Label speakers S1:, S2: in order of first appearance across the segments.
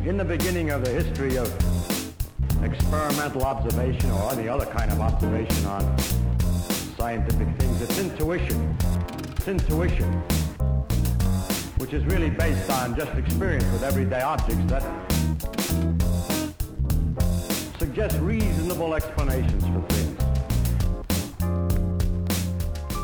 S1: In the beginning of the history of experimental observation or any other kind of observation on scientific things, it's intuition. It's intuition, which is really based on just experience with everyday objects that suggest reasonable explanations for things.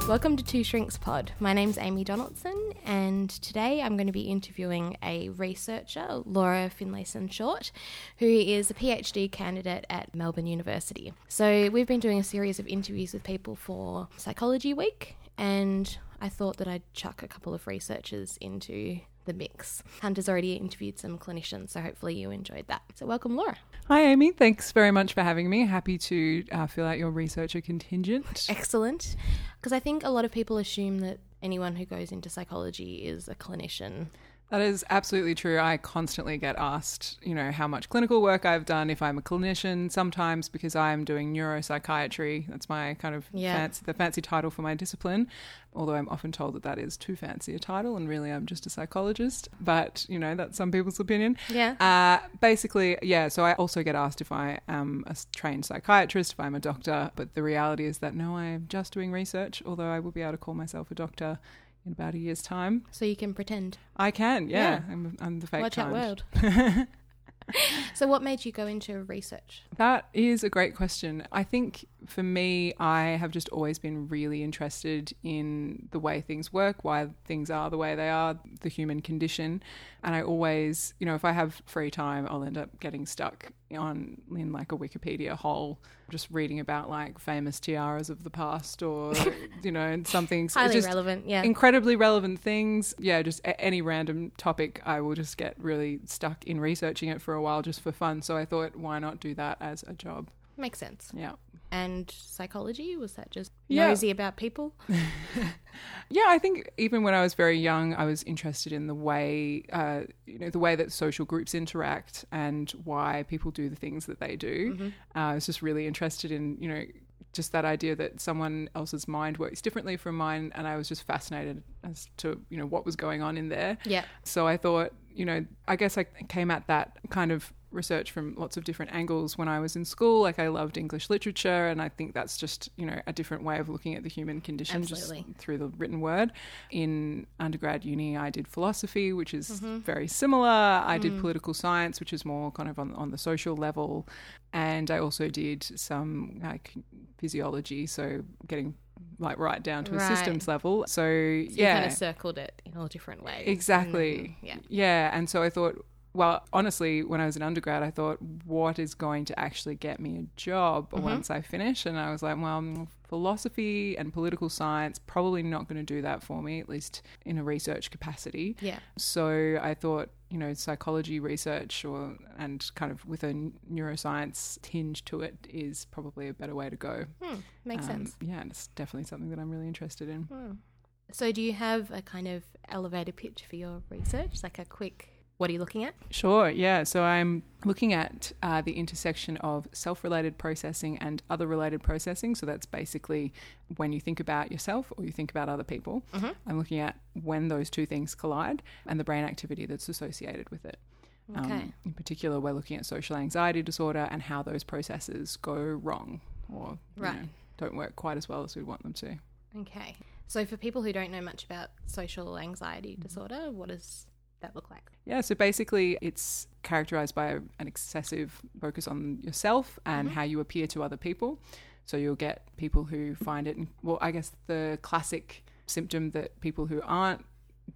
S2: Welcome to Two Shrinks Pod. My name's Amy Donaldson, and today I'm going to be interviewing a researcher, Laura Finlayson Short, who is a PhD candidate at Melbourne University. So, we've been doing a series of interviews with people for Psychology Week, and I thought that I'd chuck a couple of researchers into the mix. Hunter's already interviewed some clinicians, so hopefully you enjoyed that. So, welcome, Laura.
S3: Hi, Amy. Thanks very much for having me. Happy to uh, fill out your researcher contingent.
S2: Excellent. Because I think a lot of people assume that anyone who goes into psychology is a clinician.
S3: That is absolutely true. I constantly get asked, you know, how much clinical work I've done, if I'm a clinician, sometimes because I'm doing neuropsychiatry. That's my kind of
S2: Yeah.
S3: fancy, the fancy title for my discipline. Although I'm often told that that is too fancy a title and really I'm just a psychologist. But, you know, that's some people's opinion.
S2: Yeah.
S3: Uh, basically, yeah. So I also get asked if I am a s- trained psychiatrist, if I'm a doctor. But the reality is that no, I'm just doing research, although I will be able to call myself a doctor in about a year's time.
S2: So, you can pretend.
S3: I can, yeah.
S2: Yeah.
S3: I'm, I'm the fake
S2: Watch out,
S3: kind.
S2: world. so, what made you go into research?
S3: That is a great question. I think for me, I have just always been really interested in the way things work, why things are the way they are, the human condition. And I always, you know, if I have free time, I'll end up getting stuck on in like a Wikipedia hole, just reading about like famous tiaras of the past or, you know, something
S2: Highly
S3: just
S2: relevant, yeah.
S3: incredibly relevant things. Yeah, just a- any random topic, I will just get really stuck in researching it for a while just for fun. So I thought, why not do that as a job?
S2: Makes sense.
S3: Yeah.
S2: And psychology, was that just
S3: Yeah.
S2: nosy about people?
S3: Yeah, I think even when I was very young, I was interested in the way, uh, you know, the way that social groups interact and why people do the things that they do.
S2: Mm-hmm.
S3: Uh, I was just really interested in, you know, just that idea that someone else's mind works differently from mine, and I was just fascinated as to, you know, what was going on in there.
S2: Yeah.
S3: So I thought, you know, I guess I came at that kind of research from lots of different angles when I was in school. Like I loved English literature, and I think that's just, you know, a different way of looking at the human condition
S2: Absolutely.
S3: just through the written word. In undergrad uni, I did philosophy, which is
S2: Mm-hmm.
S3: very similar. I
S2: Mm.
S3: did political science, which is more kind of on, on the social level. And I also did some like physiology, so getting like right down to
S2: Right.
S3: a systems level. So,
S2: So
S3: yeah.
S2: You kind of circled it in all different ways.
S3: Exactly.
S2: Mm, yeah.
S3: And so I thought, well, honestly, when I was an undergrad, I thought, what is going to actually get me a job
S2: Mm-hmm.
S3: once I finish? And I was like, well, mm, philosophy and political science probably not going to do that for me, at least in a research capacity.
S2: Yeah.
S3: So I thought, you know, psychology research or and kind of with a neuroscience tinge to it is probably a better way to go.
S2: Hmm, makes
S3: Um,
S2: sense.
S3: Yeah, and it's definitely something that I'm really interested in.
S2: So, do you have a kind of elevator pitch for your research? Like a quick, what are you looking at?
S3: Sure, yeah. So I'm looking at uh, the intersection of self related processing and other related processing. So that's basically when you think about yourself or you think about other people.
S2: Mm-hmm.
S3: I'm looking at when those two things collide and the brain activity that's associated with it. Um,
S2: Okay.
S3: in particular, we're looking at social anxiety disorder and how those processes go wrong or you
S2: Right.
S3: know, don't work quite as well as we'd want them to.
S2: Okay. So, for people who don't know much about social anxiety
S3: Mm-hmm.
S2: disorder, what does that look like?
S3: Yeah, so basically, it's characterized by an excessive focus on yourself and how you appear to other people. So you'll get people who find it, well, I guess the classic symptom that people who aren't,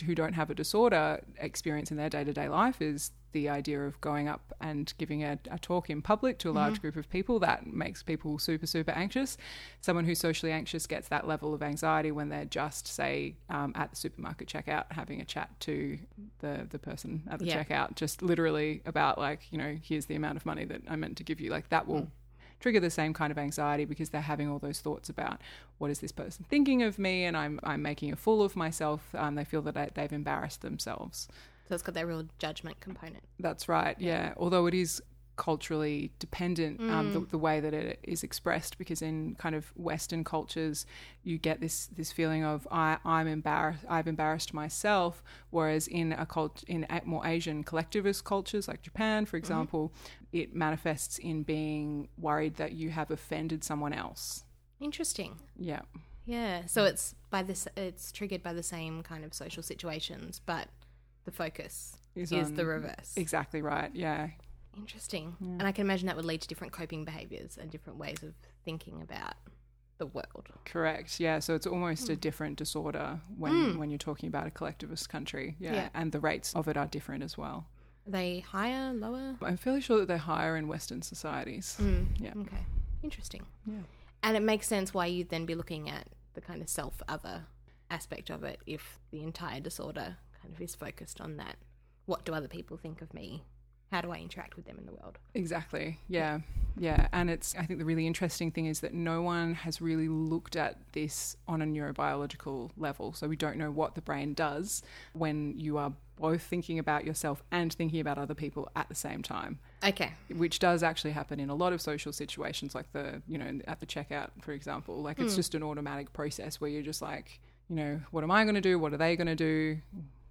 S3: who don't have a disorder experience in their day to day life is the idea of going up and giving a, a talk in public to a large group of people. That makes people super, super anxious. Someone who's socially anxious gets that level of anxiety when they're just, say, um, at the supermarket checkout having a chat to the, the person at the
S2: Yeah.
S3: checkout, just literally about, like, you know, here's the amount of money that I meant to give you. Like, that will trigger the same kind of anxiety because they're having all those thoughts about what is this person thinking of me and I'm, I'm making a fool of myself. Um, they feel that I, they've embarrassed themselves.
S2: So, it's got that real judgment component.
S3: That's right, yeah. Although it is culturally dependent um, the, the way that it is expressed because in kind of western cultures you get this this feeling of I, i'm embarrassed i've embarrassed myself whereas in a cult in a- more asian collectivist cultures like japan for example it manifests in being worried that you have offended someone else
S2: Interesting.
S3: yeah
S2: Yeah. So it's by this it's triggered by the same kind of social situations, but the focus is,
S3: Is
S2: the
S3: on- e-,
S2: reverse.
S3: exactly right yeah
S2: Interesting. And I can imagine that would lead to different coping behaviors and different ways of thinking about the world.
S3: Correct. Yeah. So it's almost a different disorder when when you're talking about a collectivist country. Hmm. Yeah.
S2: Yeah.
S3: And the rates of it are different as well.
S2: Are they higher, lower?
S3: I'm fairly sure that they're higher in Western societies. Yeah.
S2: Okay. Interesting. Yeah. And it makes sense why you'd then be looking at the kind of self other aspect of it if the entire disorder kind of is focused on that. What do other people think of me? How do I interact with them in the world?
S3: Exactly. Yeah. Yeah. And it's I think the really interesting thing is that no one has really looked at this on a neurobiological level. So we don't know what the brain does when you are both thinking about yourself and thinking about other people at the same time.
S2: Okay.
S3: which does actually happen in a lot of social situations like the you know at the checkout for example like
S2: Hmm.
S3: it's just an automatic process where you're just like you know what am i going to do what are they going to do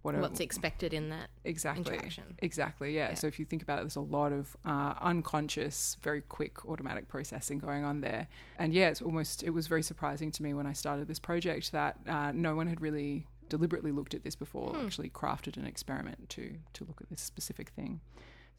S3: what are,
S2: What's expected in that?
S3: exactly
S2: interaction.
S3: exactly yeah. so if you think about it there's a lot of uh, unconscious very quick automatic processing going on there and yeah it's almost it was very surprising to me when i started this project that uh, no one had really deliberately looked at this before
S2: Hmm.
S3: actually crafted an experiment to to look at this specific thing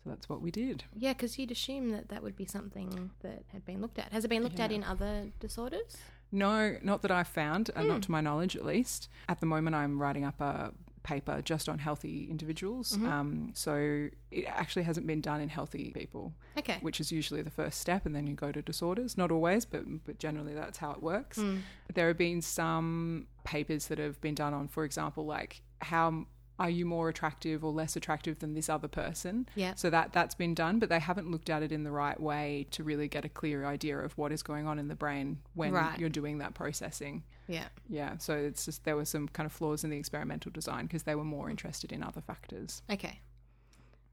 S3: so that's what we did
S2: Yeah, because you'd assume that that would be something that had been looked at. Has it been looked at in other disorders?
S3: No, not that I've found, and not to my knowledge at least. At the moment, I'm writing up a paper just on healthy individuals. Um, so it actually hasn't been done in healthy people,
S2: Okay.
S3: which is usually the first step, and then you go to disorders. Not always, but, but generally that's how it works.
S2: Hmm.
S3: There have been some papers that have been done on, for example, like how. Are you more attractive or less attractive than this other person?
S2: Yeah.
S3: So that that's been done, but they haven't looked at it in the right way to really get a clear idea of what is going on in the brain when
S2: Right.
S3: you're doing that processing.
S2: yeah.
S3: Yeah, so it's just there were some kind of flaws in the experimental design because they were more interested in other factors.
S2: Okay.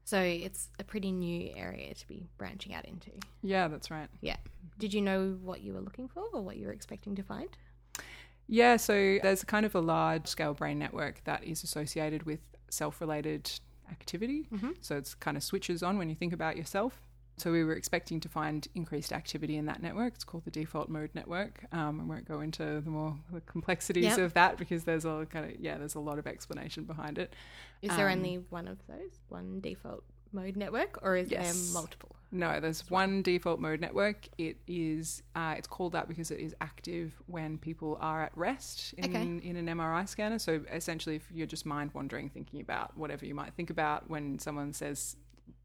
S2: So it's a pretty new area to be branching out into.
S3: Yeah, that's right.
S2: Yeah. Did you know what you were looking for or what you were expecting to find?
S3: Yeah, so there's kind of a large scale brain network that is associated with self related activity. So it's kind of switches on when you think about yourself. So we were expecting to find increased activity in that network. It's called the default mode network. Um, I won't go into the more the complexities
S2: Yep.
S3: of that because there's a kind of yeah, there's a lot of explanation behind it.
S2: Is there only one of those, one default mode network, or is
S3: Yes.
S2: there multiple?
S3: No, there's one default mode network. It is uh, it's called that because it is active when people are at rest in,
S2: Okay.
S3: in an MRI scanner. So essentially, if you're just mind wandering, thinking about whatever you might think about when someone says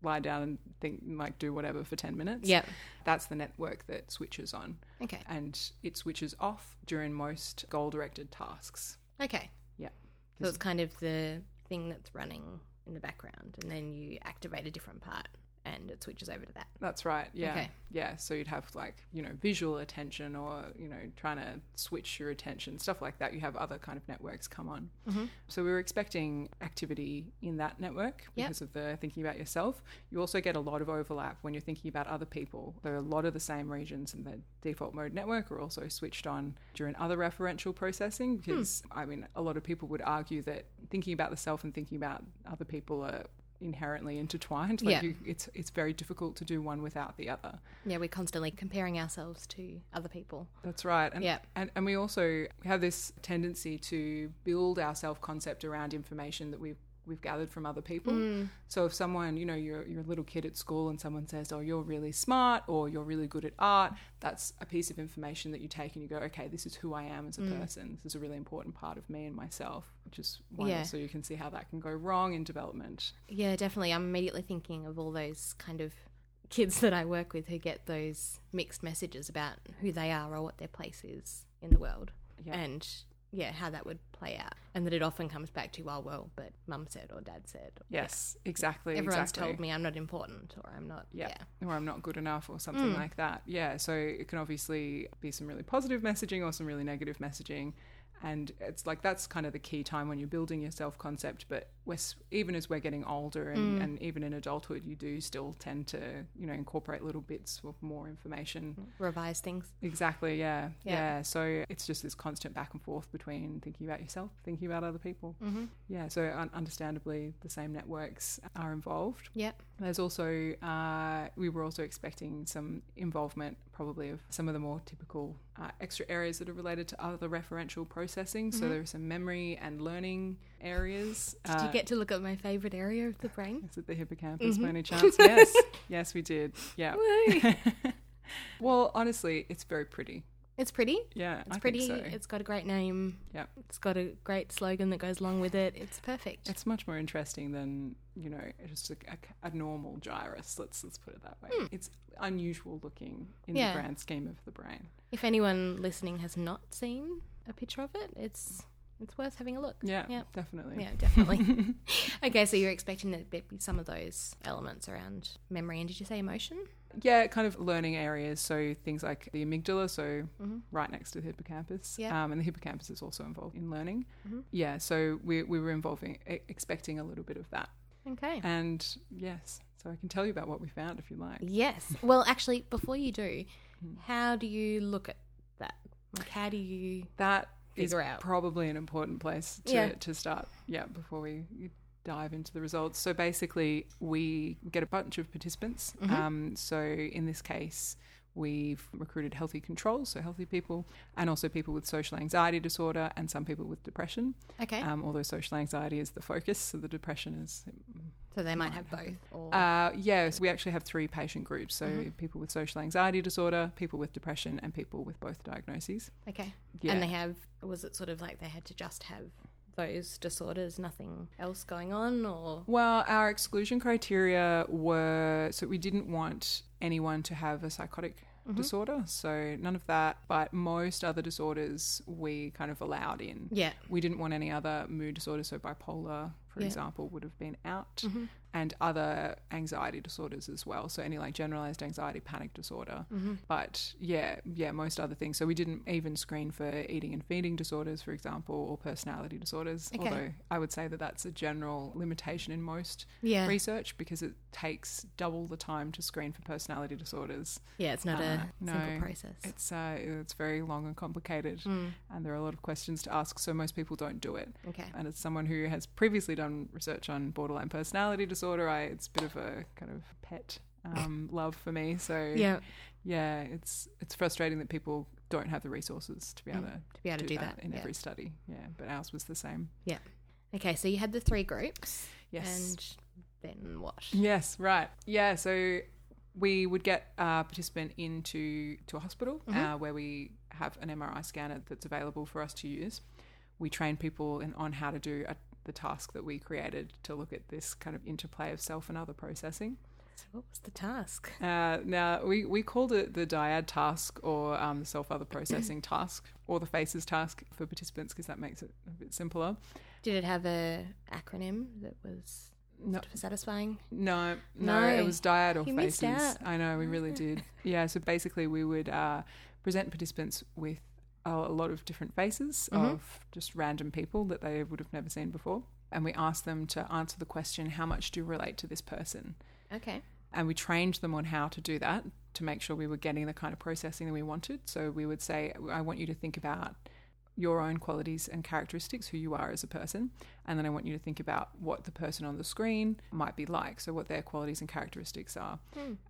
S3: lie down and think like do whatever for 10 minutes
S2: Yep.
S3: that's the network that switches on
S2: Okay.
S3: and it switches off during most goal directed tasks
S2: Okay.
S3: yeah
S2: So it's kind of the thing that's running in the background, and then you activate a different part and it switches over to that.
S3: That's right. Yeah.
S2: Okay.
S3: Yeah. So you'd have like, you know, visual attention or, you know, trying to switch your attention, stuff like that. You have other kind of networks come on.
S2: Mm-hmm.
S3: So we were expecting activity in that network
S2: Yep.
S3: because of the thinking about yourself. You also get a lot of overlap when you're thinking about other people. There are a lot of the same regions in the default mode network are also switched on during other
S2: Hmm.
S3: referential processing because, I mean, a lot of people would argue that thinking about the self and thinking about other people are inherently intertwined like
S2: Yeah.
S3: you, it's it's very difficult to do one without the other.
S2: Yeah, we're constantly comparing ourselves to other people.
S3: That's right. And,
S2: Yeah.
S3: and and we also have this tendency to build our self concept around information that we've we've gathered from other people.
S2: Mm.
S3: So if someone, you know, you're you're a little kid at school and someone says, "Oh, you're really smart," or "You're really good at art," that's a piece of information that you take and you go, "Okay, this is who I am as a
S2: Mm.
S3: person. This is a really important part of me and myself," which is one.
S2: Yeah.
S3: So you can see how that can go wrong in development.
S2: Yeah, definitely. I'm immediately thinking of all those kind of kids that I work with who get those mixed messages about who they are or what their place is in the world.
S3: Yeah.
S2: And yeah, how that would play out. And that it often comes back to, oh, well, but mum said or dad said.
S3: Yes, exactly.
S2: Everyone's
S3: exactly.
S2: told me I'm not important or I'm not. Yeah.
S3: yeah, Mm. or I'm not good enough or something like that. Yeah, so it can obviously be some really positive messaging or some really negative messaging. and it's like that's kind of the key time when you're building your self concept but we're, s- even as we're getting older and, and even in adulthood you do still tend to you know incorporate little bits of more information
S2: Revise things.
S3: exactly yeah,
S2: Yeah.
S3: Mm. yeah so it's just this constant back and forth between thinking about yourself thinking about other people yeah so un- understandably the same networks are involved
S2: Yep.
S3: there's also uh, we were also expecting some involvement, probably of some of the more typical uh, extra areas that are related to other referential processing. So there are some memory and learning areas.
S2: Mm-hmm.
S3: Uh,
S2: Did you get Mm-hmm. to look at my favorite area of the brain?
S3: Is it the hippocampus by any chance? Yes, yes, we did. Yeah.
S2: Woo.
S3: Well, honestly, it's very pretty.
S2: it's pretty.
S3: Yeah,
S2: It's
S3: I
S2: pretty.
S3: Think so.
S2: It's got a great name.
S3: yeah.
S2: It's got a great slogan that goes along with it. It's perfect.
S3: It's much more interesting than you know, just a, a, a normal gyrus. Let's let's put it that way. It's unusual looking in
S2: Hmm. Yeah.
S3: the grand scheme of the brain.
S2: If anyone listening has not seen a picture of it, it's it's worth having a look.
S3: Yeah,
S2: Yeah.
S3: definitely.
S2: Yeah, definitely. okay, so you're expecting that there'd be some of those elements around memory and did you say emotion?
S3: Yeah, kind of learning areas. So things like the amygdala, so right next to the hippocampus.
S2: Mm-hmm. Yeah. Mm-hmm.
S3: Um, and the hippocampus is also involved in learning. Yeah, so we, we were involving, e- expecting a little bit of that.
S2: Okay.
S3: And yes, so I can tell you about what we found if you like.
S2: yes. Well, actually, before you do,
S3: Hmm.
S2: how do you look at that? Like, how do you?
S3: That is
S2: Figure out.
S3: probably an important place to,
S2: Yeah.
S3: to start. Yeah, before we dive into the results. So basically, we get a bunch of participants.
S2: Mm-hmm.
S3: Um, so in this case, we've recruited healthy controls, so healthy people, and also people with social anxiety disorder, and some people with depression.
S2: Okay.
S3: Um, although social anxiety is the focus, so the depression is
S2: so they might have both. Or
S3: uh, yeah, so we actually have three patient groups. So
S2: Mm-hmm.
S3: people with social anxiety disorder, people with depression, and people with both diagnoses.
S2: okay.
S3: yeah.
S2: And they have. Was it sort of like they had to just have those disorders, nothing else going on, or
S3: Well, our exclusion criteria were so we didn't want anyone to have a psychotic disorder. So none of that. But most other disorders we kind of allowed in.
S2: yeah?
S3: We didn't want any other mood disorder. So bipolar, for
S2: Yeah. Mm-hmm.
S3: example, would have been out. And other anxiety disorders as well. So any like generalized anxiety panic disorder.
S2: Mm-hmm.
S3: But yeah, yeah, most other things. So we didn't even screen for eating and feeding disorders, for example, or personality disorders.
S2: Okay.
S3: Although I would say that that's a general limitation in most
S2: Yeah.
S3: research because it takes double the time to screen for personality disorders.
S2: Yeah, it's not
S3: Uh,
S2: a simple
S3: no.
S2: process. Hmm.
S3: It's uh, it's very long and complicated,
S2: Mm.
S3: and there are a lot of questions to ask. So most people don't do it.
S2: Okay.
S3: And as someone who has previously done research on borderline personality disorder, I it's a bit of a kind of pet um, love for me. So
S2: Yeah.
S3: yeah, it's it's frustrating that people don't have the resources to be able to,
S2: To be able to Mm, do that,
S3: in
S2: yeah.
S3: every study. Yeah, but ours was the same.
S2: Yeah. Okay, so you had the three groups.
S3: Yes.
S2: And then what?
S3: Yes, right. Yeah, so we would get a participant into to a hospital uh, where we have an MRI scanner that's available for us to use. We train people in, on how to do a, the task that we created to look at this kind of interplay of self and other processing.
S2: So what was the task?
S3: Uh, now we, we called it the dyad task or um, the self other processing task or the faces task for participants because that makes it a bit simpler.
S2: Did it have a acronym that was
S3: No,
S2: satisfying?
S3: No, no, it
S2: No.
S3: was dyad or
S2: You missed
S3: faces.
S2: out. Mm.
S3: I know, we really did. Yeah, so basically, we would uh, present participants with a, a lot of different faces
S2: Mm-hmm.
S3: of just random people that they would have never seen before. And we asked them to answer the question, How much do you relate to this person?
S2: Okay.
S3: And we trained them on how to do that to make sure we were getting the kind of processing that we wanted. So we would say, I want you to think about your own qualities and characteristics, who you are as a person. And then I want you to think about what the person on the screen might be like. So, what their qualities and characteristics are.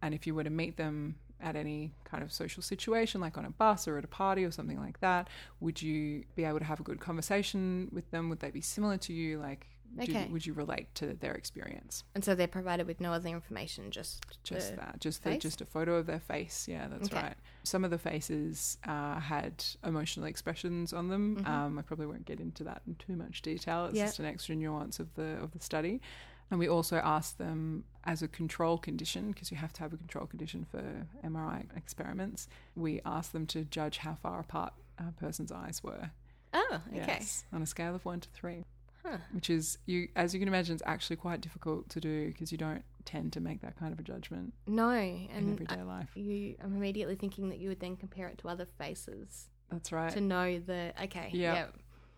S3: And if you were to meet them at any kind of social situation, like on a bus or at a party or something like that, would you be able to have a good conversation with them? Would they be similar to you? Like, do-
S2: Okay.
S3: would you relate to their experience?
S2: And so they're provided with no other information, just
S3: just
S2: the-
S3: that just the,
S2: face?
S3: just a photo of their face yeah that's
S2: Okay.
S3: right some of the faces uh, had emotional expressions on them um, i probably won't get into that in too much detail it's
S2: Mm-hmm. Yeah.
S3: just an extra nuance of the of the study and we also asked them as a control condition because you have to have a control condition for mri experiments we asked them to judge how far apart a person's eyes were
S2: Oh, okay.
S3: Yes, on a scale of one to three,
S2: Huh.
S3: which is you, as you can imagine, it's actually quite difficult to do because you don't tend to make that kind of a judgment
S2: No,
S3: in
S2: and
S3: everyday life.
S2: I- you, I'm immediately thinking that you would then compare it to other faces
S3: That's right.
S2: to know the okay.
S3: Yeah.
S2: Yeah.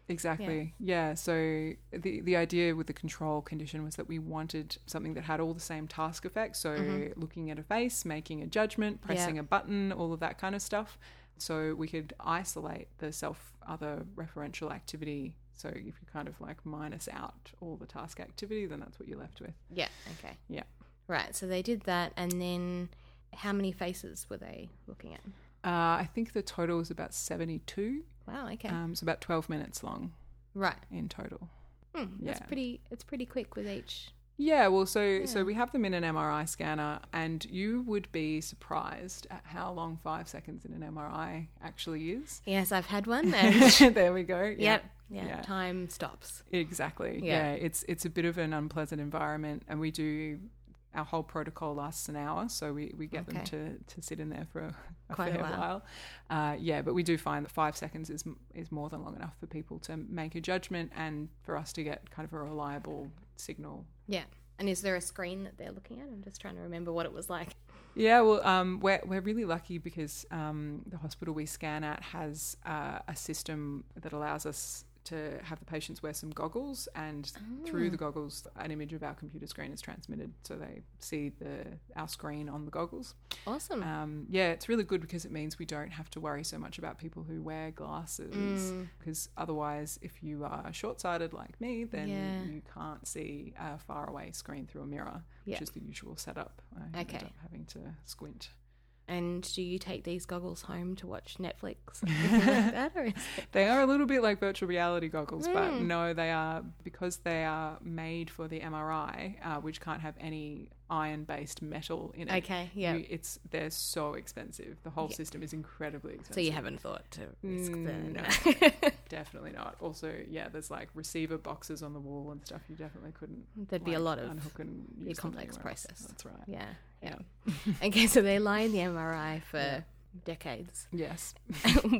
S3: Exactly. Yeah. So the the idea with the control condition was that we wanted something that had all the same task effects. So looking at a face, making a judgment, pressing a button, all of that kind of stuff. So we could isolate the self other referential activity. So if you kind of like minus out all the task activity, then that's what you're left with.
S2: Yeah. Okay.
S3: Yeah.
S2: Right. So they did that, and then how many faces were they looking at?
S3: Uh, I think the total is about 72.
S2: Wow. Okay.
S3: Um, so about 12 minutes long
S2: right.
S3: in total. Hmm,
S2: Mm, That's
S3: yeah.
S2: pretty. It's pretty quick with each.
S3: Yeah, well, so so we have them in an MRI scanner, and you would be surprised at how long five seconds in an MRI actually is.
S2: Yes, I've had one. And
S3: there we go. Yeah.
S2: yep. Yeah,
S3: Yeah.
S2: Time stops.
S3: Exactly.
S2: Yeah.
S3: Yeah. it's it's a bit of an unpleasant environment, and we do our whole protocol lasts an hour, so we, we get
S2: Okay.
S3: them to, to sit in there for a, a
S2: Quite a
S3: fair
S2: while.
S3: while. Uh, yeah, but we do find that five seconds is is more than long enough for people to make a judgment and for us to get kind of a reliable signal
S2: Yeah. And is there a screen that they're looking at? I'm just trying to remember what it was like.
S3: Yeah, well, um, we're we're really lucky because um, the hospital we scan at has uh, a system that allows us to have the patients wear some goggles, and through the goggles, an image of our computer screen is transmitted, so they see the our screen on the goggles.
S2: Awesome.
S3: Um, yeah, it's really good because it means we don't have to worry so much about people who wear glasses.
S2: Mm.
S3: Because otherwise, if you are short sighted like me, then
S2: Yeah.
S3: you can't see a far away screen through a mirror,
S2: Yeah.
S3: which is the usual setup. I
S2: Okay.
S3: end up having to squint.
S2: and do you take these goggles home to watch Netflix? or anything like that, or is it-
S3: They are a little bit like virtual reality goggles, but
S2: Mm.
S3: no, they are because they are made for the MRI, uh, which can't have any iron-based metal in it.
S2: Okay, yeah.
S3: you- it's they're so expensive. The whole system is incredibly expensive.
S2: so you haven't thought to risk the.
S3: Mm, no, definitely not. Also, yeah, there's like receiver boxes on the wall and stuff. You definitely couldn't.
S2: There'd be a
S3: like,
S2: lot of
S3: unhook and
S2: a
S3: use them
S2: complex
S3: anywhere else.
S2: process.
S3: That's right.
S2: Yeah. Yeah. okay, so they lie in the MRI for decades
S3: Yes.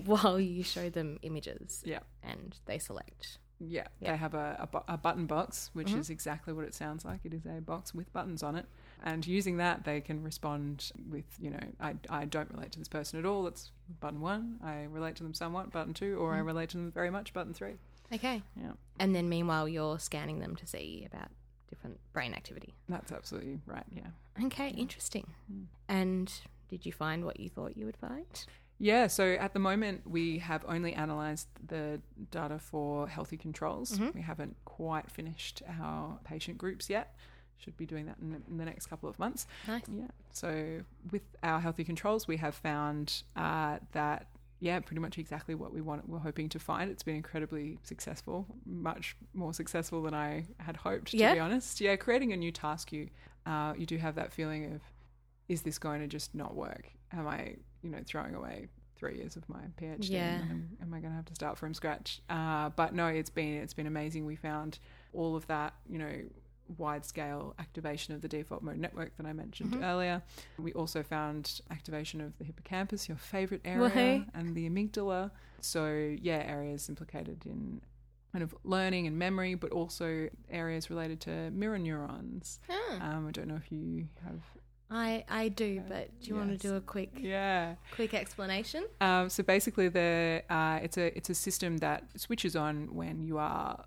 S2: while you show them images
S3: Yeah.
S2: and they select.
S3: Yeah, they have a, a, bu- a button box, which
S2: Mm-hmm.
S3: is exactly what it sounds like. It is a box with buttons on it. And using that, they can respond with, you know, I, I don't relate to this person at all. That's button one. I relate to them somewhat, button two. Or I
S2: Mm-hmm.
S3: relate to them very much, button three.
S2: Okay.
S3: Yeah,
S2: And then meanwhile, you're scanning them to see about different brain activity.
S3: that's absolutely right. Yeah. Hmm.
S2: Okay, interesting. And did you find what you thought you would find?
S3: Yeah, so at the moment we have only analysed the data for healthy controls. We haven't quite finished our patient groups yet. Should be doing that in the, in the next couple of months.
S2: Nice.
S3: Yeah. So with our healthy controls, we have found uh, that yeah, pretty much exactly what we want. We're hoping to find. It's been incredibly successful, much more successful than I had hoped. To
S2: Yeah.
S3: be honest, yeah, creating a new task, you uh, you do have that feeling of is this going to just not work? Am I, you know, throwing away three years of my PhD?
S2: Yeah.
S3: And am, am I going to have to start from scratch? Uh, but no, it's been it's been amazing. We found all of that, you know, wide scale activation of the default mode network that I mentioned earlier. We also found activation of the hippocampus, your favorite area,
S2: Wahey.
S3: and the amygdala. So yeah, areas implicated in kind of learning and memory, but also areas related to mirror neurons.
S2: Mm.
S3: Um, I don't know if you have.
S2: I, I do, but do you want to
S3: Uh, yes.
S2: do a quick
S3: Yeah.
S2: quick explanation?
S3: Um, so basically, the uh, it's a it's a system that switches on when you are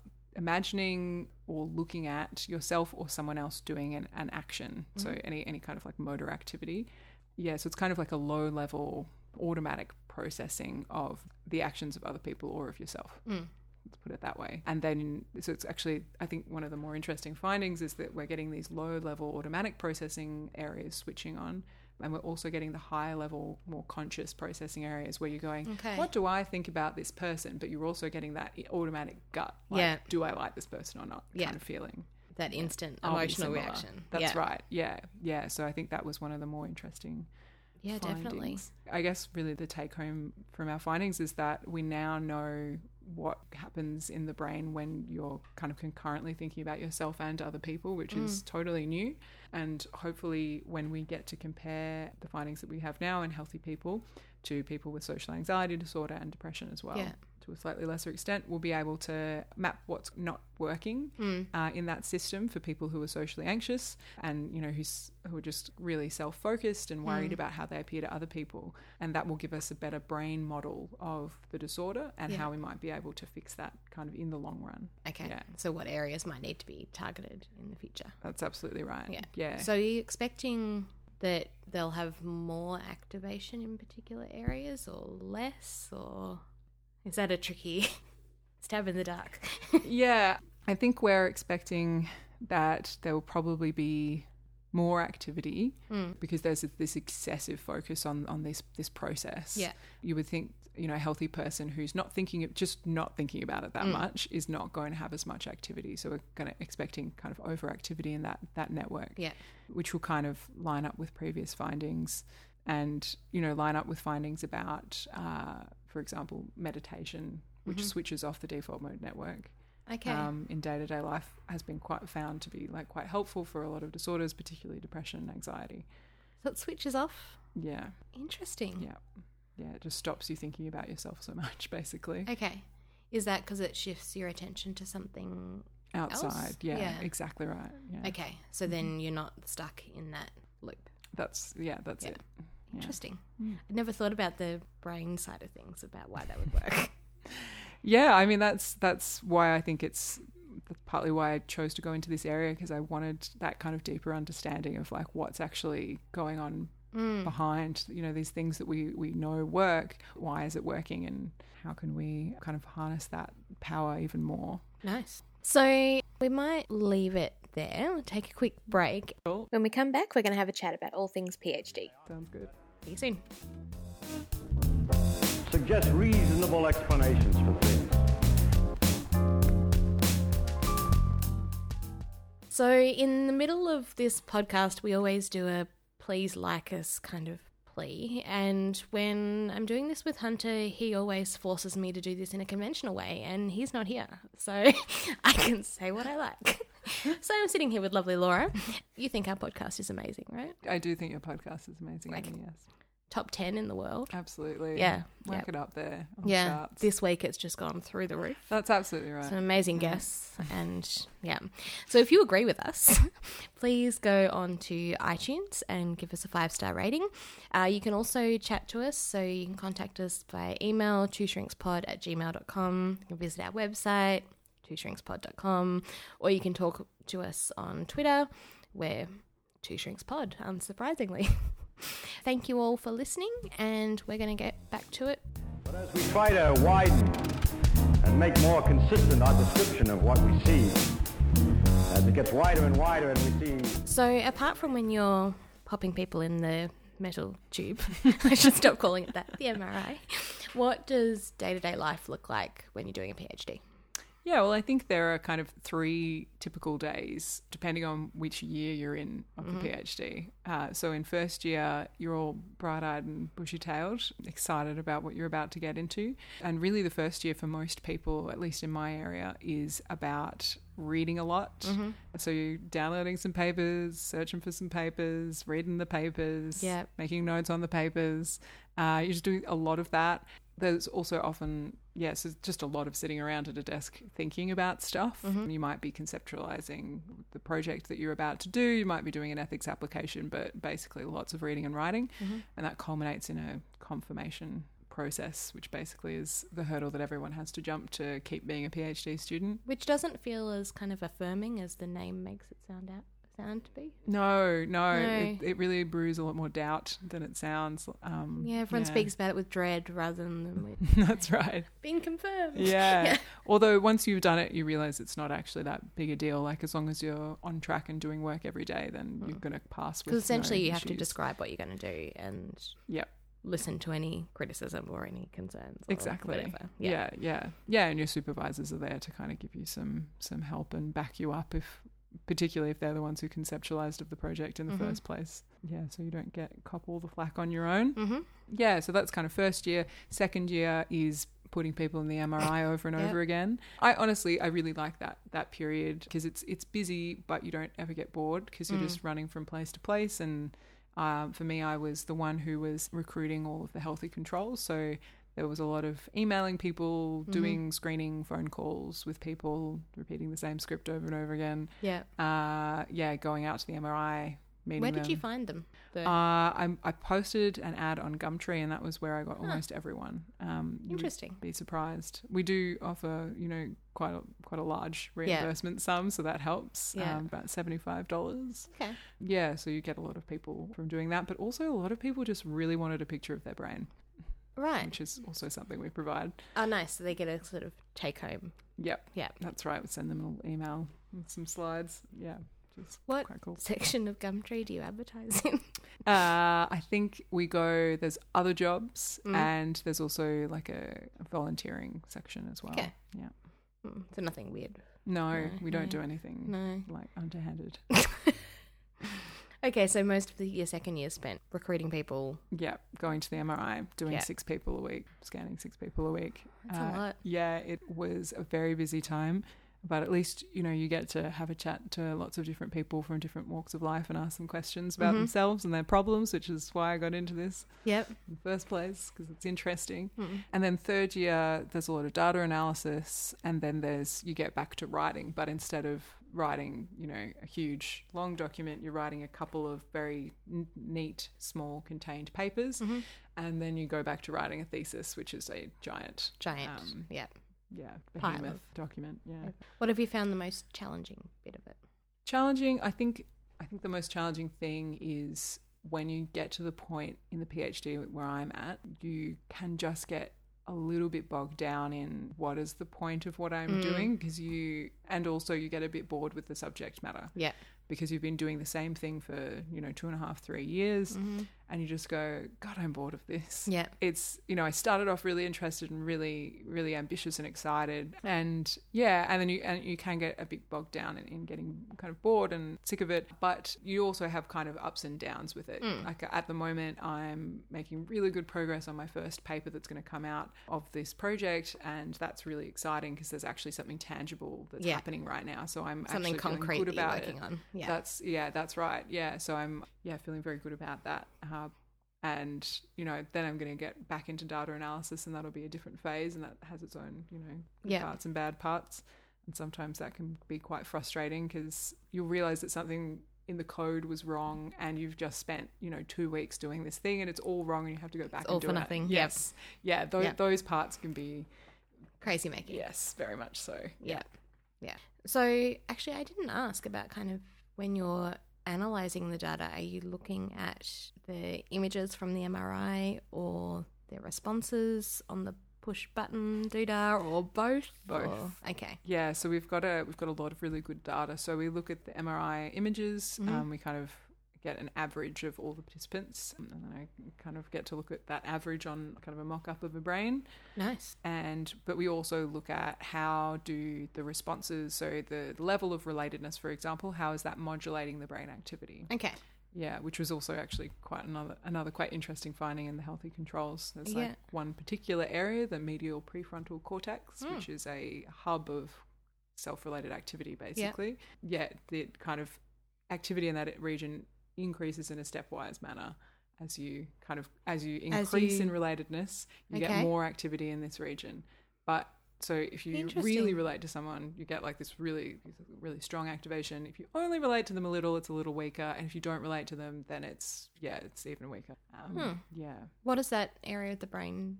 S3: imagining or looking at yourself or someone else doing an, an action. So
S2: Mm-hmm.
S3: any any kind of like motor activity. Yeah. So it's kind of like a low level automatic processing of the actions of other people or of yourself.
S2: Mm.
S3: Let's put it that way. And then, so it's actually, I think one of the more interesting findings is that we're getting these low level automatic processing areas switching on. And we're also getting the higher level, more conscious processing areas where you're going,
S2: Okay.
S3: what do I think about this person? But you're also getting that i- automatic gut, like,
S2: Yeah.
S3: do I like this person or not
S2: Yeah.
S3: kind of feeling.
S2: That instant
S3: I'll be
S2: emotional
S3: similar.
S2: reaction.
S3: That's
S2: Yeah.
S3: right. Yeah. Yeah. So I think that was one of the more interesting
S2: Yeah, definitely.
S3: findings. I guess really the take home from our findings is that we now know what happens in the brain when you're kind of concurrently thinking about yourself and other people, which
S2: Mm.
S3: is totally new. And hopefully, when we get to compare the findings that we have now in healthy people to people with social anxiety disorder and depression as well,
S2: Yeah.
S3: to to a slightly lesser extent, will be able to map what's not working
S2: Mm.
S3: uh, in that system for people who are socially anxious and you know who's, who are just really self-focused and
S2: Mm.
S3: worried about how they appear to other people, and that will give us a better brain model of the disorder and
S2: Yeah.
S3: how we might be able to fix that kind of in the long run.
S2: Okay.
S3: Yeah.
S2: So what areas might need to be targeted in the future?
S3: That's absolutely right.
S2: Yeah.
S3: Yeah.
S2: So are you expecting that they'll have more activation in particular areas or less or is that a tricky stab in the dark?
S3: Yeah, I think we're expecting that there will probably be more activity
S2: Hmm.
S3: because there's this excessive focus on on this this process.
S2: Yeah.
S3: You would think, you know, a healthy person who's not thinking of just not thinking about it that
S2: Hmm.
S3: much is not going to have as much activity. So we're kind of expecting kind of overactivity in that that network
S2: yeah.
S3: which will kind of line up with previous findings and you know line up with findings about uh, for example meditation which
S2: Mm-hmm.
S3: switches off the default mode network
S2: Okay.
S3: um, in day-to-day life has been quite found to be like quite helpful for a lot of disorders particularly depression and anxiety
S2: so it switches off.
S3: yeah
S2: Interesting.
S3: yeah yeah it just stops you thinking about yourself so much basically
S2: Okay. Is that because it shifts your attention to something?
S3: outside yeah,
S2: Yeah.
S3: exactly right yeah Mm-hmm.
S2: Okay. So then you're not stuck in that loop.
S3: that's yeah Mm. that's it
S2: Interesting. I'd never thought about the brain side of things, about why that would work.
S3: yeah i mean that's that's why i think it's that's partly why i chose to go into this area because i wanted that kind of deeper understanding of like what's actually going on Mm. behind you know these things that we we know work why is it working and how can we kind of harness that power even more
S2: nice. So we might leave it there, We'll take a quick break.
S3: Cool.
S2: When we come back, we're going to have a chat about all things PhD.
S3: sounds good
S2: See you soon.
S1: Suggest reasonable explanations for things.
S2: So, in the middle of this podcast, we always do a please like us kind of plea. And when I'm doing this with Hunter, he always forces me to do this in a conventional way, and he's not here. So, I can say what I like. so, I'm sitting here with lovely Laura. You think our podcast is amazing, right?
S3: i do think your podcast is amazing Amy, yes
S2: Top 10 in the world.
S3: absolutely
S2: Yeah,
S3: whack
S2: yeah.
S3: it up there on the
S2: Yeah.
S3: charts.
S2: This week, it's just gone through the roof.
S3: that's absolutely right
S2: It's an amazing guess. And yeah. So if you agree with us, please go on to iTunes and give us a five star rating. Uh, you can also chat to us. So you can contact us by email, two shrinkspod at gmail.com. You can visit our website, two shrinkspod.com, or you can talk to us on Twitter. We're two shrinkspod, unsurprisingly. Thank you all for listening, and we're going to get back to it
S1: But as we try to widen and make more consistent our description of what we see, as it gets wider and wider and we see
S2: So, apart from when you're popping people in the metal tube, I should stop calling it that, the MRI, what does day to day life look like when you're doing a PhD?
S3: Yeah, well, I think there are kind of three typical days, depending on which year you're in of the PhD. Uh, so, in first year, you're all bright eyed and bushy tailed, excited about what you're about to get into. And really, the first year for most people, at least in my area, is about reading a lot. So, you're downloading some papers, searching for some papers, reading the papers,
S2: Yep.
S3: making notes on the papers. Uh, you just do a lot of that. There's also often, yes, it's just a lot of sitting around at a desk thinking about stuff.
S2: Mm-hmm.
S3: You might be conceptualizing the project that you're about to do. You might be doing an ethics application, but basically lots of reading and writing.
S2: Mm-hmm.
S3: And that culminates in a confirmation process, which basically is the hurdle that everyone has to jump to keep being a PhD student.
S2: Which doesn't feel as kind of affirming as the name makes it sound out sound to be.
S3: No, no,
S2: No.
S3: It, it really brews a lot more doubt than it sounds. Um,
S2: Yeah, everyone speaks about it with dread rather than with
S3: That's right.
S2: being confirmed.
S3: Yeah. Although once you've done it, you realize it's not actually that big a deal. Like as long as you're on track and doing work every day, then you're going to pass. with
S2: Because Mm. essentially,
S3: no
S2: you have to
S3: issues.
S2: describe what you're going to do and
S3: Yep.
S2: listen to any criticism or any concerns. Or
S3: Exactly.
S2: Whatever.
S3: Yeah. yeah, yeah, And your supervisors are there to kind of give you some some help and back you up if, particularly if they're the ones who conceptualized of the project in the
S2: Mm-hmm.
S3: first place. Yeah. So you don't get cop all the flack on your own.
S2: Mm-hmm.
S3: Yeah, so that's kind of first year. Second year is putting people in the MRI over and
S2: Yep.
S3: over again. I honestly I really like that that period because it's it's busy but you don't ever get bored because
S2: Mm.
S3: you're just running from place to place and um, for me I was the one who was recruiting all of the healthy controls so there was a lot of emailing people,
S2: Mm-hmm.
S3: doing screening phone calls with people, repeating the same script over and over again.
S2: Yeah.
S3: Uh, yeah, going out to the MRI, meeting
S2: Where did
S3: them.
S2: you find them? though?
S3: Uh, I, I posted an ad on Gumtree, and that was where I got almost everyone. Um, you would
S2: Interesting.
S3: Be surprised. We do offer, you know, quite a, quite a large reimbursement sum, so that helps.
S2: Yeah.
S3: Um, about seventy five dollars.
S2: Okay.
S3: Yeah, so you get a lot of people from doing that, but also a lot of people just really wanted a picture of their brain,
S2: Right.
S3: which is also something we provide.
S2: Oh, nice. So they get a sort of take home.
S3: Yep,
S2: Yeah.
S3: that's right. We send them a little email with some slides. Yeah, just
S2: What
S3: quite cool.
S2: section of Gumtree do you advertise in?
S3: Uh, I think we go. There's other jobs,
S2: Mm.
S3: and there's also like a volunteering section as well.
S2: Okay.
S3: Yeah.
S2: Mm, so nothing weird.
S3: No,
S2: No,
S3: we don't
S2: no,
S3: do anything
S2: No.
S3: like underhanded.
S2: Okay, so most of the your second year spent recruiting people.
S3: yeah, going to the MRI, doing
S2: Yeah.
S3: six people a week, scanning six people a week. Uh,
S2: That's a lot.
S3: Yeah, it was a very busy time. But at least, you know, you get to have a chat to lots of different people from different walks of life and ask them questions about
S2: Mm-hmm.
S3: themselves and their problems, which is why I got into this.
S2: Yep.
S3: in the first place because it's interesting.
S2: Hmm.
S3: And then third year, there's a lot of data analysis, and then there's you get back to writing, but instead of writing, you know, a huge long document, you're writing a couple of very n- neat, small, contained papers,
S2: Mm-hmm.
S3: and then you go back to writing a thesis, which is a giant,
S2: Giant.
S3: Um,
S2: yep.
S3: yeah,
S2: Pile
S3: behemoth
S2: of-
S3: document. Yeah,
S2: What have you found the most challenging bit of it?
S3: challenging. I think. I think the most challenging thing is when you get to the point in the PhD where I'm at, you can just get a little bit bogged down in what is the point of what
S2: Mm.
S3: I'm doing because you, and also you get a bit bored with the subject matter
S2: Yeah.
S3: because you've been doing the same thing for, you know, two and a half, three years. And you just go, God, I'm bored of this.
S2: Mm-hmm. Yeah.
S3: It's, you know, I started off really interested and really, really ambitious and excited. And yeah, and then you, and you can get a bit bogged down in, in getting kind of bored and sick of it. But you also have kind of ups and downs with it.
S2: Mm.
S3: Like at the moment, I'm making really good progress on my first paper that's going to come out of this project. And that's really exciting because there's actually something tangible that's
S2: Yeah.
S3: happening right now. So I'm
S2: Something
S3: actually feeling
S2: concrete
S3: good
S2: that you're
S3: about
S2: working
S3: it.
S2: on. Yeah.
S3: That's yeah, that's right. Yeah, so I'm yeah feeling very good about that. Uh, and you know, then I'm going to get back into data analysis, and that'll be a different phase, and that has its own you know good
S2: Yeah.
S3: parts and bad parts. And sometimes that can be quite frustrating because you'll realize that something in the code was wrong, and you've just spent you know two weeks doing this thing, and it's all wrong, and you have to go back
S2: all
S3: and do
S2: for
S3: it.
S2: nothing. Yep.
S3: Yes, yeah, tho-
S2: Yep.
S3: those parts can be
S2: Crazy making.
S3: yes, very much so.
S2: Yeah. Yeah. So actually, I didn't ask about kind of when you're analyzing the data, are you looking at the images from the MRI or their responses on the push button doodah or both?
S3: Both.
S2: or- Okay.
S3: Yeah, so we've got a we've got a lot of really good data. So we look at the MRI images. Um, we kind of get an average of all the participants, and then I kind of get to look at that average on kind of a mock up of a brain.
S2: Nice.
S3: And but we also look at how do the responses, so the, the level of relatedness, for example, how is that modulating the brain activity?
S2: Okay.
S3: Yeah, which was also actually quite another another quite interesting finding in the healthy controls. There's
S2: Yeah.
S3: like one particular area, the medial prefrontal cortex,
S2: Hmm.
S3: which is a hub of self-related activity basically. Yeah, the kind of activity in that region increases in a stepwise manner as you kind of as you
S2: As
S3: increase in
S2: you-
S3: relatedness, you
S2: Okay.
S3: get more activity in this region. But so if you really
S2: Interesting.
S3: relate to someone, you get like this really, really strong activation. If you only relate to them a little, it's a little weaker, and if you don't relate to them, then it's yeah, it's even weaker. Um, Yeah.
S2: What does that area of the brain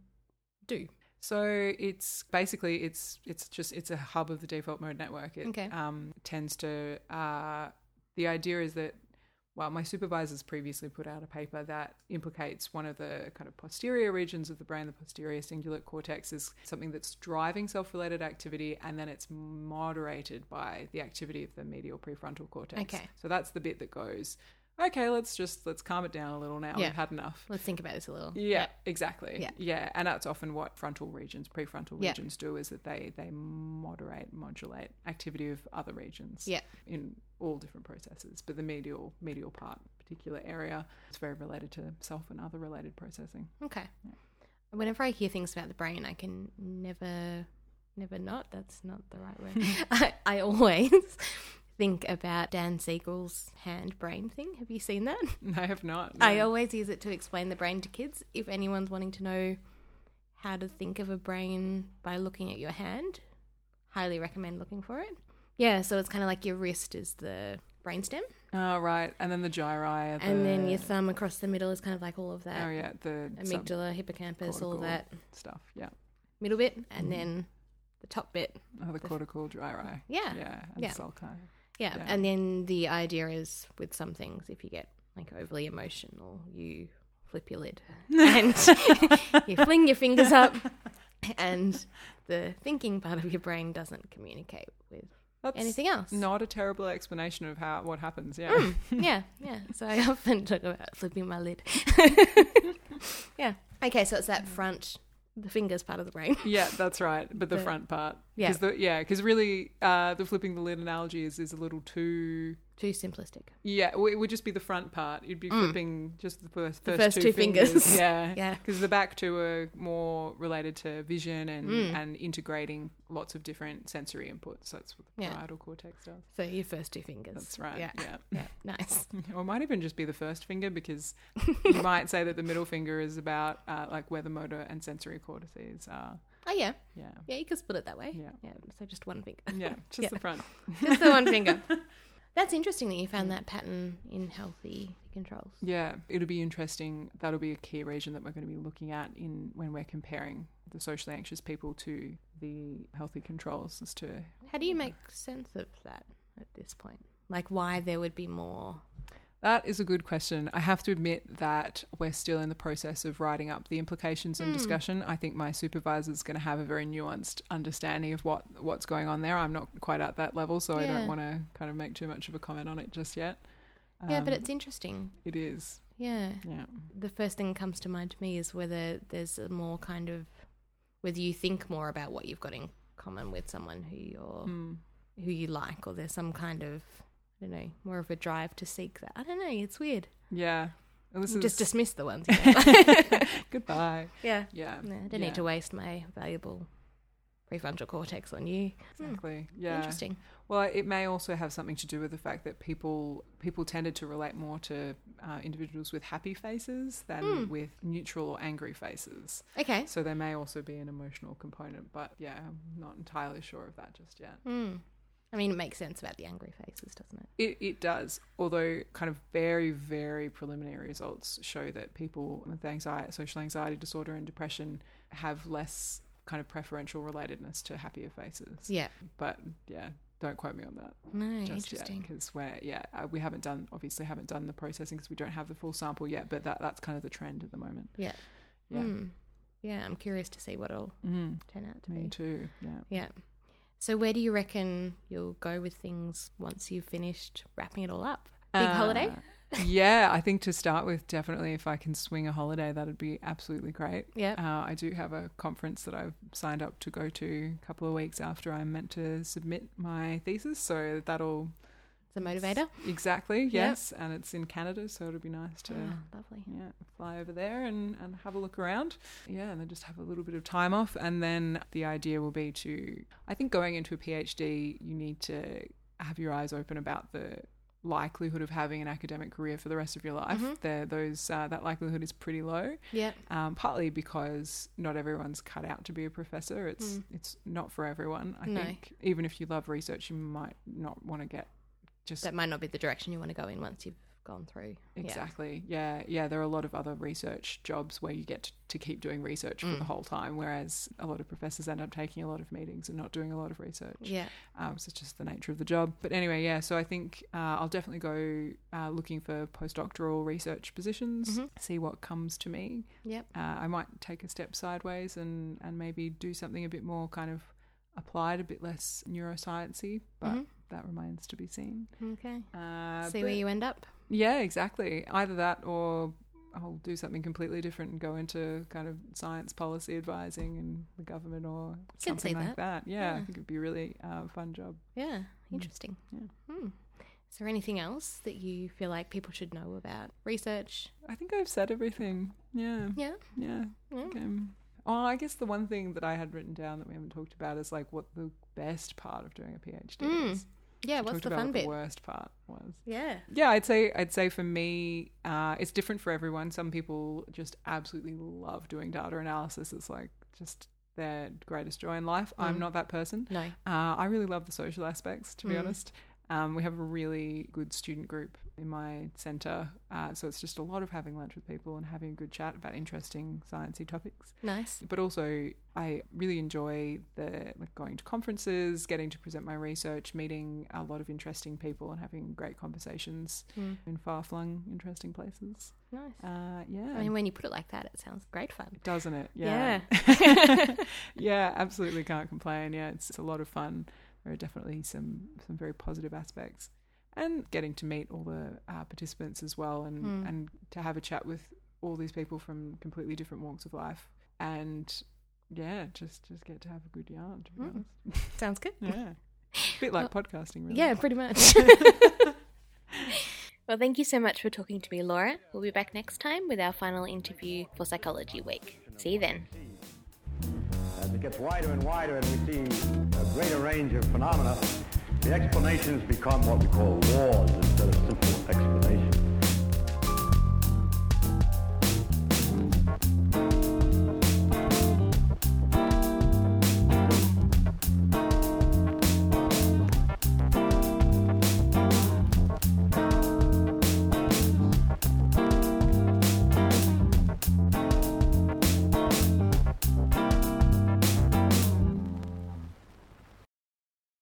S2: do?
S3: So it's basically it's it's just it's a hub of the default mode network. It
S2: Okay.
S3: um, tends to uh, the idea is that well, my supervisors previously put out a paper that implicates one of the kind of posterior regions of the brain, the posterior cingulate cortex, is something that's driving self-related activity, and then it's moderated by the activity of the medial prefrontal cortex.
S2: Okay.
S3: So that's the bit that goes, okay, let's just let's calm it down a little now.
S2: Yeah.
S3: We've had enough.
S2: Let's think about this a little.
S3: Yeah, exactly.
S2: Yeah.
S3: Yeah. and that's often what frontal regions, prefrontal
S2: Yeah.
S3: regions do is that they they moderate, modulate activity of other regions
S2: Yeah.
S3: in all different processes, but the medial medial part particular area is very related to self and other related processing.
S2: Okay. Whenever I hear things about the brain, I can never, never not. That's not the right word. I, I always think about Dan Siegel's hand brain thing. Have you seen that?
S3: I have not.
S2: I
S3: no.
S2: always use it to explain the brain to kids if anyone's wanting to know how to think of a brain by looking at your hand. Highly recommend looking for it. Yeah, so it's kind of like your wrist is the brainstem,
S3: Oh, right. And then the gyri. The,
S2: and then your thumb across the middle is kind of like all of that
S3: Oh, yeah. The sub-
S2: amygdala, hippocampus, all
S3: subcortical
S2: of that
S3: stuff. Yeah.
S2: middle bit, and then the top bit.
S3: Oh, the cortical gyri.
S2: Yeah.
S3: Yeah. And
S2: Yeah.
S3: the sulci.
S2: Yeah.
S3: Yeah.
S2: And then the idea is with some things, if you get like overly emotional, you flip your lid and you fling your fingers up, and the thinking part of your brain doesn't communicate with
S3: That's
S2: anything else.
S3: Not a terrible explanation of how what happens. Yeah.
S2: yeah, yeah. So I often talk about flipping my lid. yeah. Mm. Okay, so it's that front, the fingers part of the brain.
S3: Yeah, that's right. But the,
S2: The-
S3: front part.
S2: Yeah.
S3: 'Cause the- yeah. Because really, uh, the flipping the lid analogy is, is a little too.
S2: Too simplistic.
S3: Yeah, well, it would just be the front part. You'd be flipping just the first,
S2: Mm. The
S3: first,
S2: first
S3: two,
S2: two
S3: fingers.
S2: fingers.
S3: Yeah,
S2: Yeah.
S3: Because the back two are more related to vision and,
S2: Mm.
S3: and integrating lots of different sensory inputs. So that's what the
S2: Yeah.
S3: parietal cortex does.
S2: So your first two fingers.
S3: That's right.
S2: Yeah.
S3: Yeah.
S2: yeah. Nice.
S3: Or it might even just be the first finger because you might say that the middle finger is about uh, like where the motor and sensory cortices are.
S2: Oh, yeah.
S3: Yeah.
S2: Yeah, you could split it that way.
S3: Yeah.
S2: Yeah. So just one finger.
S3: Yeah. Just
S2: Yeah.
S3: the front.
S2: Just the one finger. That's interesting that you found that pattern in healthy controls.
S3: Yeah, it'll be interesting. That'll be a key region that we're going to be looking at in when we're comparing the socially anxious people to the healthy controls as to
S2: How do you make sense of that at this point? Like why there would be more?
S3: that is a good question. I have to admit that we're still in the process of writing up the implications
S2: Hmm.
S3: and discussion. I think my supervisor's going to have a very nuanced understanding of what what's going on there. I'm not quite at that level, so I
S2: Yeah.
S3: don't want to kind of make too much of a comment on it just yet.
S2: yeah, but
S3: Um,
S2: it's interesting.
S3: it is.
S2: Yeah.
S3: Yeah.
S2: The first thing that comes to mind to me is whether there's a more kind of whether you think more about what you've got in common with someone who you're
S3: Mm.
S2: who you like or there's some kind of I don't know, more of a drive to seek that. I don't know, it's weird.
S3: Yeah. And this is
S2: Just dismiss the ones you don't like.
S3: goodbye.
S2: yeah.
S3: Yeah.
S2: No, I don't
S3: Yeah.
S2: need to waste my valuable prefrontal cortex on you.
S3: Exactly. Yeah.
S2: Interesting.
S3: Well, it may also have something to do with the fact that people people tended to relate more to uh, individuals with happy faces than with neutral or angry faces.
S2: Okay.
S3: So there may also be an emotional component, but yeah, I'm not entirely sure of that just yet.
S2: Hmm. I mean, it makes sense about the angry faces, doesn't it?
S3: It, it does, although kind of very, very preliminary results show that people with anxiety, social anxiety disorder and depression have less kind of preferential relatedness to happier faces.
S2: Yeah.
S3: But yeah, don't quote me on that.
S2: No,
S3: just
S2: interesting.
S3: because we're yeah uh, we haven't done obviously haven't done the processing because we don't have the full sample yet but that that's kind of the trend at the moment
S2: Yeah.
S3: yeah
S2: Hmm. Yeah, I'm curious to see what it'll
S3: Mm,
S2: turn out to
S3: me
S2: be.
S3: too yeah
S2: Yeah. So, where do you reckon you'll go with things once you've finished wrapping it all up? Big
S3: Uh,
S2: holiday?
S3: yeah I think to start with definitely if I can swing a holiday that'd be absolutely great
S2: Yeah.
S3: uh, I do have a conference that I've signed up to go to a couple of weeks after I'm meant to submit my thesis so that'll
S2: It's a motivator.
S3: exactly
S2: Yep.
S3: yes and it's in Canada so it'll be nice to
S2: Ah, lovely.
S3: yeah, fly over there and, and have a look around. Yeah, and then just have a little bit of time off. And then the idea will be to, I think going into a PhD, you need to have your eyes open about the likelihood of having an academic career for the rest of your life.
S2: Mhm.
S3: There, those uh, that likelihood is pretty low.
S2: Yeah.
S3: Um, partly because not everyone's cut out to be a professor. It's
S2: Mm.
S3: it's not for everyone. I
S2: No.
S3: think even if you love research, you might not want to get just
S2: That might not be the direction you want to go in once you've gone through. Yeah.
S3: Exactly. Yeah. yeah. There are a lot of other research jobs where you get to, to keep doing research
S2: Mm.
S3: for the whole time, whereas a lot of professors end up taking a lot of meetings and not doing a lot of research.
S2: Yeah.
S3: Um, so it's just the nature of the job. But anyway, yeah. So I think uh, I'll definitely go uh, looking for postdoctoral research positions, see what comes to me.
S2: Mm-hmm. Yep.
S3: Uh, I might take a step sideways and, and maybe do something a bit more kind of applied, a bit less neurosciencey, but that remains to be seen.
S2: Okay.
S3: Uh,
S2: Mm-hmm. See
S3: but-
S2: where you end up.
S3: yeah, exactly. Either that or I'll do something completely different and go into kind of science policy advising and the government or
S2: Can see
S3: something like that. Yeah, I
S2: Yeah.
S3: think it'd be a really uh, fun job.
S2: Yeah, interesting.
S3: Yeah.
S2: Hmm. Is there anything else that you feel like people should know about research?
S3: I think I've said everything. Yeah,
S2: Yeah.
S3: yeah.
S2: Yeah.
S3: Okay. Oh, I guess the one thing that I had written down that we haven't talked about is like what the best part of doing a PhD
S2: Mm.
S3: is.
S2: Yeah,
S3: We
S2: what's
S3: talked
S2: the
S3: about
S2: fun
S3: what
S2: bit?
S3: The worst part was.
S2: Yeah.
S3: Yeah, I'd say I'd say for me, uh, it's different for everyone. Some people just absolutely love doing data analysis. It's like just their greatest joy in life. I'm
S2: Mm.
S3: not that person.
S2: No.
S3: Uh, I really love the social aspects, to be
S2: Mm.
S3: honest. Um, we have a really good student group in my centre, uh, so it's just a lot of having lunch with people and having a good chat about interesting sciencey topics.
S2: Nice.
S3: But also, I really enjoy the like going to conferences, getting to present my research, meeting a lot of interesting people, and having great conversations
S2: Mm.
S3: in far flung, interesting places.
S2: Nice.
S3: Uh, yeah,
S2: I mean, when you put it like that, it sounds great fun.
S3: doesn't it?
S2: Yeah.
S3: yeah, absolutely can't complain. Yeah, it's, it's a lot of fun. There are definitely some some very positive aspects, and getting to meet all the uh, participants as well, and
S2: Mm.
S3: and to have a chat with all these people from completely different walks of life, and yeah, just just get to have a good yarn. To be
S2: Mm.
S3: honest,
S2: Sounds good.
S3: yeah, bit like podcasting, really.
S2: Yeah, pretty much. well, thank you so much for talking to me, Laura. We'll be back next time with our final interview for Psychology Week. See you then.
S1: As it gets wider and wider and we see a greater range of phenomena, the explanations become what we call wars instead of simple explanations.